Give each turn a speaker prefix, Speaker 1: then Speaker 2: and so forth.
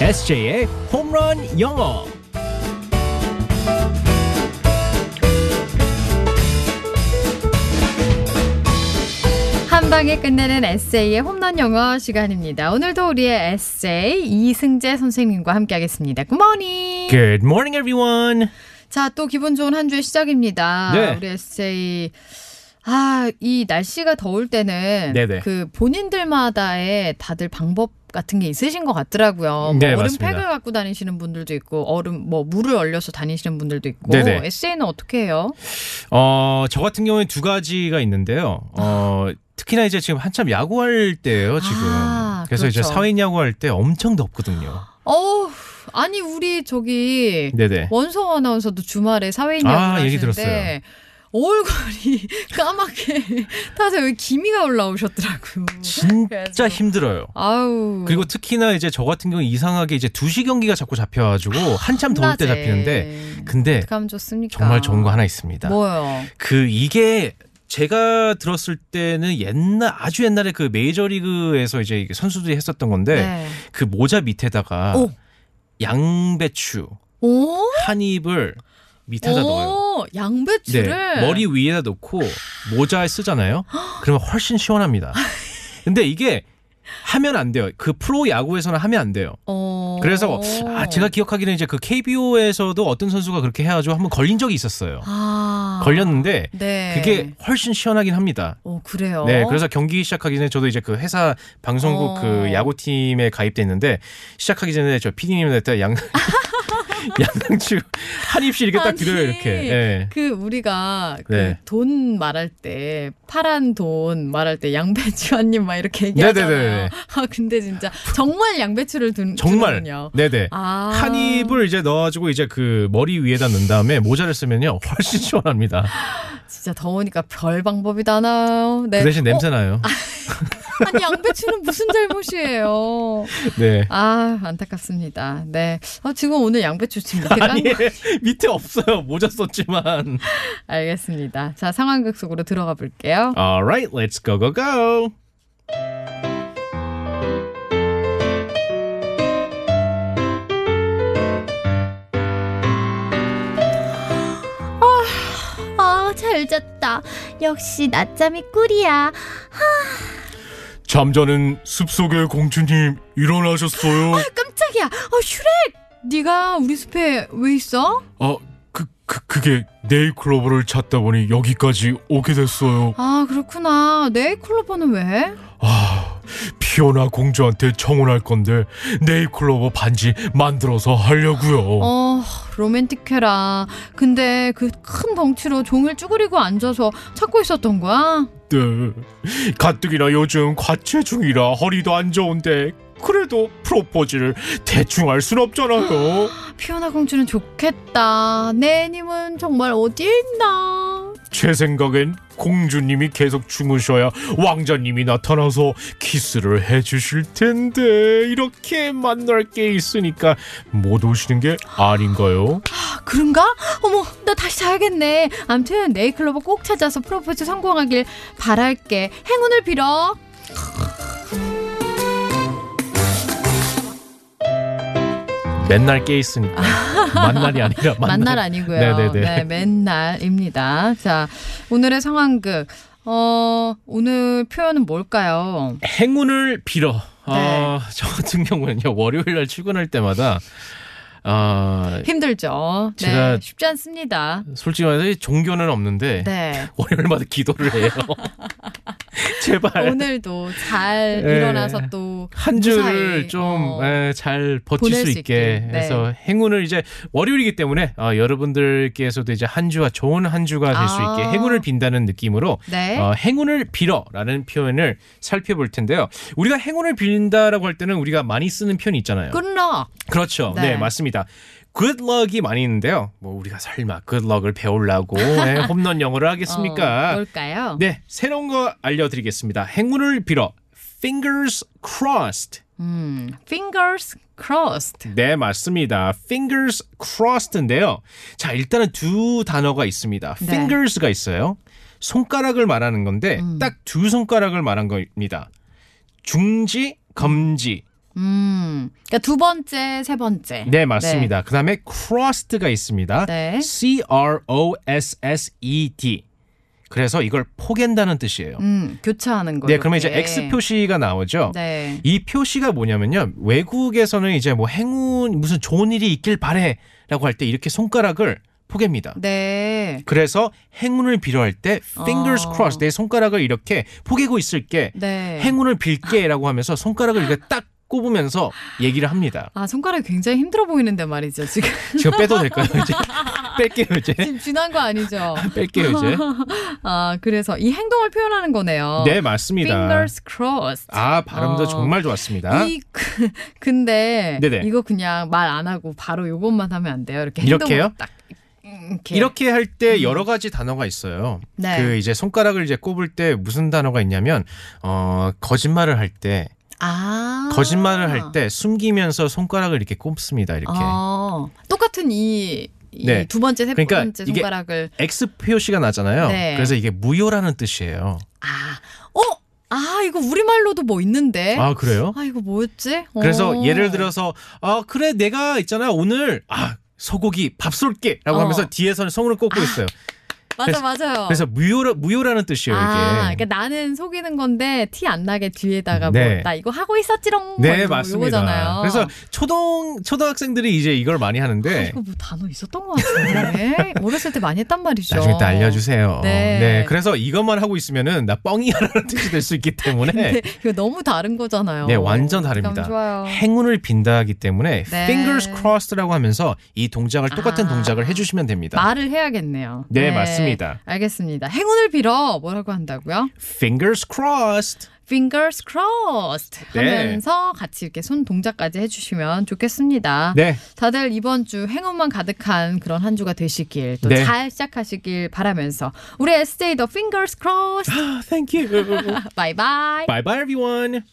Speaker 1: SJ의 홈런 영어.
Speaker 2: 한 방에 끝내는 에세이의 홈런 영어 시간입니다. 오늘도 우리의 에세이 이승재 선생님과 함께하겠습니다. 굿모닝.
Speaker 1: Good morning, everyone.
Speaker 2: 자, 또 기분 좋은 한 주의 시작입니다.
Speaker 1: 네.
Speaker 2: 우리 에세이. 아, 이 날씨가 더울 때는
Speaker 1: 네네.
Speaker 2: 그 본인들마다의 다들 방법 같은 게 있으신 것 같더라고요. 뭐
Speaker 1: 네,
Speaker 2: 얼음
Speaker 1: 맞습니다.
Speaker 2: 팩을 갖고 다니시는 분들도 있고 얼음 뭐 물을 얼려서 다니시는 분들도 있고
Speaker 1: 네네.
Speaker 2: 에세이는 어떻게 해요?
Speaker 1: 어, 저 같은 경우에 두 가지가 있는데요. 어, 특히나 이제 지금 한참 야구할 때예요, 지금.
Speaker 2: 아,
Speaker 1: 그래서 이제
Speaker 2: 그렇죠.
Speaker 1: 사회인 야구할 때 엄청 덥거든요.
Speaker 2: 어우, 아니 우리 저기
Speaker 1: 네네.
Speaker 2: 원서 아나운서도 주말에 사회인
Speaker 1: 아,
Speaker 2: 양을
Speaker 1: 얘기
Speaker 2: 하시는데
Speaker 1: 들었어요.
Speaker 2: 얼굴이 까맣게 타서 여기 기미가 올라오셨더라고요.
Speaker 1: 진짜
Speaker 2: 그래가지고.
Speaker 1: 힘들어요.
Speaker 2: 아우.
Speaker 1: 그리고 특히나 이제 저 같은 경우 이상하게 이제 두시 경기가 자꾸 잡혀가지고 한참 더울 때
Speaker 2: 한낮에.
Speaker 1: 잡히는데 근데
Speaker 2: 어떡하면 좋습니까?
Speaker 1: 정말 좋은 거 하나 있습니다.
Speaker 2: 뭐요?
Speaker 1: 그 이게 제가 들었을 때는 옛날 아주 옛날에 그 메이저리그에서 이제 이게 선수들이 했었던 건데
Speaker 2: 네.
Speaker 1: 그 모자 밑에다가
Speaker 2: 오.
Speaker 1: 양배추
Speaker 2: 오?
Speaker 1: 한 입을 밑에다 넣어요.
Speaker 2: 오, 양배추를
Speaker 1: 네, 머리 위에다 놓고 모자에 쓰잖아요. 그러면 훨씬 시원합니다. 근데 이게 하면 안 돼요. 그 프로 야구에서는 하면 안 돼요.
Speaker 2: 어.
Speaker 1: 그래서 아, 제가 기억하기는 이제 그 KBO에서도 어떤 선수가 그렇게 해가지고 한번 걸린 적이 있었어요.
Speaker 2: 아.
Speaker 1: 걸렸는데
Speaker 2: 네.
Speaker 1: 그게 훨씬 시원하긴 합니다.
Speaker 2: 어, 그래요.
Speaker 1: 네, 그래서 경기 시작하기 전에 저도 이제 그 회사 방송국
Speaker 2: 어.
Speaker 1: 그 야구팀에 가입돼 있는데 시작하기 전에 저 PD님한테 양 양배추 한 입씩 이렇게 딱
Speaker 2: 아니.
Speaker 1: 드려요 이렇게. 예.
Speaker 2: 그 우리가
Speaker 1: 네.
Speaker 2: 그 돈 말할 때 파란 돈 말할 때 양배추 한 입 막 이렇게 얘기하잖아요.
Speaker 1: 네네네.
Speaker 2: 아 근데 진짜 정말 양배추를 둔
Speaker 1: 정말.
Speaker 2: 주는군요.
Speaker 1: 네네.
Speaker 2: 아.
Speaker 1: 한 입을 이제 넣어가지고 이제 그 머리 위에다 넣은 다음에 모자를 쓰면요
Speaker 2: 어.
Speaker 1: 훨씬 시원합니다.
Speaker 2: 진짜 더우니까 별 방법이 다 나요. 네.
Speaker 1: 그 대신
Speaker 2: 어,
Speaker 1: 냄새 나요.
Speaker 2: 아니 양배추는 무슨 잘못이에요.
Speaker 1: 네.
Speaker 2: 아 안타깝습니다. 네. 어, 지금 오늘 양배추 지금 밑에 깐 거.
Speaker 1: 밑에 없어요. 모자 썼지만.
Speaker 2: 알겠습니다. 자 상황극 속으로 들어가 볼게요.
Speaker 1: Alright, let's go go go.
Speaker 3: 어, 잘 잤다. 역시 낮잠이 꿀이야.
Speaker 2: 아,
Speaker 1: 잠자는 숲속의 공주님 일어나셨어요.
Speaker 2: 깜짝이야. 어 슈렉. 네가 우리 숲에 왜 있어?
Speaker 1: 아, 그, 그, 그게 네이클로버를 찾다 보니 여기까지 오게 됐어요.
Speaker 2: 아 그렇구나. 네이클로버는 왜?
Speaker 1: 아, 피오나 공주한테 청혼할 건데 네이클로버 반지 만들어서 하려고요.
Speaker 2: 어 로맨틱해라. 근데 그 큰 덩치로 종일 쭈그리고 앉아서 찾고 있었던 거야?
Speaker 1: 네. 가뜩이나 요즘 과체 중이라 허리도 안 좋은데 그래도 프로포즈를 대충 할 순 없잖아요.
Speaker 2: 피오나 공주는 좋겠다. 네, 내님은 정말 어디에 있나?
Speaker 1: 제 생각엔 공주님이 계속 주무셔야 왕자님이 나타나서 키스를 해주실 텐데 이렇게 만날 게 있으니까 못 오시는 게 아닌가요?
Speaker 2: 아, 그런가? 어머 나 다시 자야겠네. 암튼 네이클로버 꼭 찾아서 프로포즈 성공하길 바랄게. 행운을 빌어.
Speaker 1: 맨날 깨 있으니까 만날이 아니라
Speaker 2: 만날 아니고요.
Speaker 1: 네네네.
Speaker 2: 네, 맨날입니다. 자, 오늘의 상황극. 어, 오늘 표현은 뭘까요?
Speaker 1: 행운을 빌어. 아,
Speaker 2: 네.
Speaker 1: 저 같은 경우는요 월요일 날 출근할 때마다 아
Speaker 2: 힘들죠. 네,
Speaker 1: 제가-
Speaker 2: 쉽지 않습니다.
Speaker 1: 솔직히 말해서 종교는 없는데
Speaker 2: 네.
Speaker 1: 월요일마다 기도를 해요. 제발
Speaker 2: 오늘도 잘
Speaker 1: 네.
Speaker 2: 일어나서 또
Speaker 1: 한 주를
Speaker 2: 무사히, 어,
Speaker 1: 좀 예, 잘 버틸
Speaker 2: 보낼
Speaker 1: 수
Speaker 2: 수
Speaker 1: 있게
Speaker 2: 있게, 네.
Speaker 1: 해서 행운을 이제 월요일이기 때문에 어, 여러분들께서도 이제 한 주와 좋은 한 주가 될 수
Speaker 2: 아.
Speaker 1: 있게 행운을 빈다는 느낌으로
Speaker 2: 네.
Speaker 1: 어, 행운을 빌어라는 표현을 살펴볼 텐데요. 우리가 행운을 빌린다라고 할 때는 우리가 많이 쓰는 표현이 있잖아요.
Speaker 2: 끝나.
Speaker 1: 그렇죠. 네.
Speaker 2: 네.
Speaker 1: 맞습니다. good luck이 많이 있는데요. 뭐 우리가 설마 good luck을 배우려고 네, 홈런 영어를
Speaker 2: 어,
Speaker 1: 하겠습니까?
Speaker 2: 뭘까요?
Speaker 1: 네, 새로운 거 알려드리겠습니다. 행운을 빌어. Fingers crossed.
Speaker 2: 음, fingers crossed.
Speaker 1: 네, 맞습니다. Fingers crossed인데요. 자, 일단은 두 단어가 있습니다.
Speaker 2: 네.
Speaker 1: Fingers가 있어요. 손가락을 말하는
Speaker 2: 음.
Speaker 1: 건데 딱 두 손가락을 말한 겁니다. 중지, 검지.
Speaker 2: 음. 그러니까 두 번째, 세 번째.
Speaker 1: 네, 맞습니다. 그다음에 crossed가 있습니다.
Speaker 2: 네.
Speaker 1: C R O S S E D. 그래서 이걸 포갠다는 뜻이에요.
Speaker 2: 음, 교차하는 거.
Speaker 1: 네, 그러면 이제
Speaker 2: 이렇게.
Speaker 1: X 표시가 나오죠.
Speaker 2: 네.
Speaker 1: 이 표시가 뭐냐면요. 외국에서는 이제 뭐 행운 무슨 좋은 일이 있길 바래라고 할 때 이렇게 손가락을 포갭니다.
Speaker 2: 네.
Speaker 1: 그래서 행운을 빌어할 때 fingers
Speaker 2: 어.
Speaker 1: crossed 내 손가락을 이렇게 포개고 있을게.
Speaker 2: 네.
Speaker 1: 행운을 빌게라고 하면서 손가락을 이렇게 딱 꼽으면서 얘기를 합니다.
Speaker 2: 아, 손가락이 굉장히 힘들어 보이는데 말이죠, 지금.
Speaker 1: 지금 빼도 될까요? 이제 뺄게요 이제.
Speaker 2: 지금 지난 거 아니죠?
Speaker 1: 뺄게요 이제.
Speaker 2: 아, 그래서 이 행동을 표현하는 거네요.
Speaker 1: 네 맞습니다.
Speaker 2: 어. Fingers crossed.
Speaker 1: 아 발음도
Speaker 2: 어.
Speaker 1: 정말 좋았습니다.
Speaker 2: 이 그- 근데
Speaker 1: 네네.
Speaker 2: 이거 그냥 말 안 하고 바로 요것만 하면 안 돼요. 이렇게
Speaker 1: 이렇게요?
Speaker 2: 행동으로 딱 음, 이렇게.
Speaker 1: 이렇게 할
Speaker 2: 음.
Speaker 1: 때 여러 가지 단어가 있어요.
Speaker 2: 네.
Speaker 1: 그 이제 손가락을 이제 꼽을 때 무슨 단어가 있냐면 어 거짓말을 할 때
Speaker 2: 아
Speaker 1: 거짓말을 할 때 숨기면서 손가락을 이렇게 꼽습니다. 이렇게
Speaker 2: 어, 똑같은 이. 이
Speaker 1: 네.
Speaker 2: 두 번째, 세
Speaker 1: 그러니까
Speaker 2: 번째
Speaker 1: 이게-
Speaker 2: 손가락을
Speaker 1: X 표시가 나잖아요.
Speaker 2: 네.
Speaker 1: 그래서 이게 무효라는 뜻이에요.
Speaker 2: 아, 어, 아 이거 우리 말로도 뭐 있는데?
Speaker 1: 아 그래요?
Speaker 2: 아, 이거 뭐였지?
Speaker 1: 그래서
Speaker 2: 어.
Speaker 1: 예를 들어서 아 그래 내가 있잖아 오늘 아 소고기 밥 쏠게라고
Speaker 2: 어. 아.
Speaker 1: 하면서 뒤에서는 손을 꼽고 있어요.
Speaker 2: 맞아 맞아요.
Speaker 1: 그래서 무효라 무효라는 뜻이에요 이게.
Speaker 2: 아, 그러니까 나는 속이는 건데 티 안 나게 뒤에다가
Speaker 1: 네.
Speaker 2: 뭐 나 이거 하고 있었지롱. 뭐
Speaker 1: 네
Speaker 2: 이런 거
Speaker 1: 맞습니다.
Speaker 2: 요거잖아요.
Speaker 1: 그래서 초등 초등학생들이 이제 이걸 많이
Speaker 2: 아,
Speaker 1: 하는데
Speaker 2: 이거 뭐 단어 있었던 것 같은데 어렸을 때 많이 했단 말이죠.
Speaker 1: 나중에 또 알려주세요.
Speaker 2: 그렇죠. 네.
Speaker 1: 그래서 이것만 하고 있으면은 나 뻥이야라는 뜻이 될 수 있기 때문에
Speaker 2: 근데 이거 너무 다른 거잖아요.
Speaker 1: 네, 완전 다릅니다.
Speaker 2: 그럼 좋아요.
Speaker 1: 행운을 빈다하기 때문에
Speaker 2: 네.
Speaker 1: fingers crossed라고 하면서 이 동작을 똑같은
Speaker 2: 아.
Speaker 1: 동작을 해주시면 됩니다.
Speaker 2: 말을 해야겠네요.
Speaker 1: 네, 맞습니다.
Speaker 2: 알겠습니다. 행운을 빌어 뭐라고 한다고요?
Speaker 1: fingers crossed.
Speaker 2: Fingers crossed
Speaker 1: 네.
Speaker 2: 하면서 같이 이렇게 손 동작까지 해주시면 좋겠습니다.
Speaker 1: 네,
Speaker 2: 다들 이번 주 행운만 가득한 그런 한 주가 되시길
Speaker 1: 네.
Speaker 2: 또 잘 시작하시길 바라면서 우리 에세이 더 Fingers crossed
Speaker 1: thank you.
Speaker 2: 바이바이.
Speaker 1: bye bye everyone.